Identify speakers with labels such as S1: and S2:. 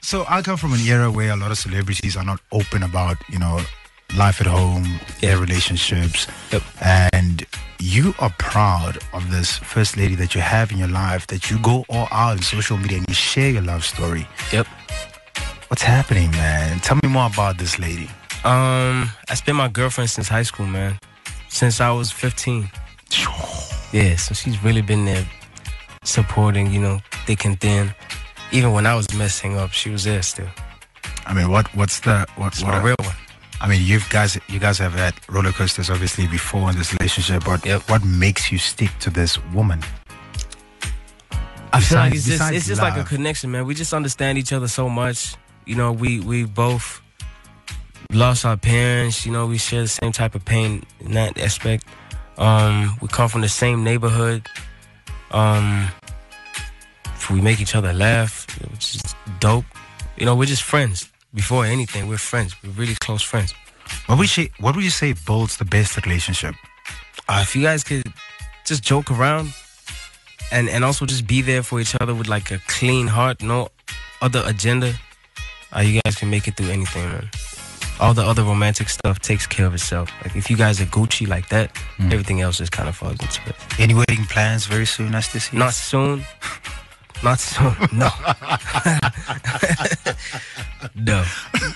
S1: so I come from an era where a lot of celebrities are not open about, you know, life at home, their relationships.
S2: Yep.
S1: And you are proud of this first lady that you have in your life, that you go all out in social media and you share your love story.
S2: Yep.
S1: What's happening, man? Tell me more about this lady.
S2: Um, it's been my girlfriend since high school, man. Since I was 15. Yeah, so she's really been there supporting, you know, thick and thin. Even when I was messing up, she was there still.
S1: I mean, what what's the what's
S2: It's
S1: what
S2: my
S1: a-
S2: real one.
S1: I mean, you guys, you guys have had roller coasters obviously before in this relationship, but
S2: Yep.
S1: what makes you stick to this woman?
S2: I feel like
S1: Besides-
S2: it's just,
S1: besides
S2: it's just like a
S1: love.
S2: connection, man. We just understand each other so much. You know, we we both lost our parents. You know, we share the same type of pain in that aspect. Um, we come from the same neighborhood. Um, we make each other laugh, which is dope. You know, we're just friends. Before anything, we're friends. We're really close friends.
S1: What would you what would you say builds the best relationship?
S2: uh, if you guys could just joke around and and also just be there for each other with like a clean heart, no other agenda, uh, you guys can make it through anything, man. All the other romantic stuff takes care of itself. Like if you guys are Gucci like that, everything else just kind of falls into it.
S1: Any wedding plans very soon, as this year?
S2: Not soon. Not soon. No. no.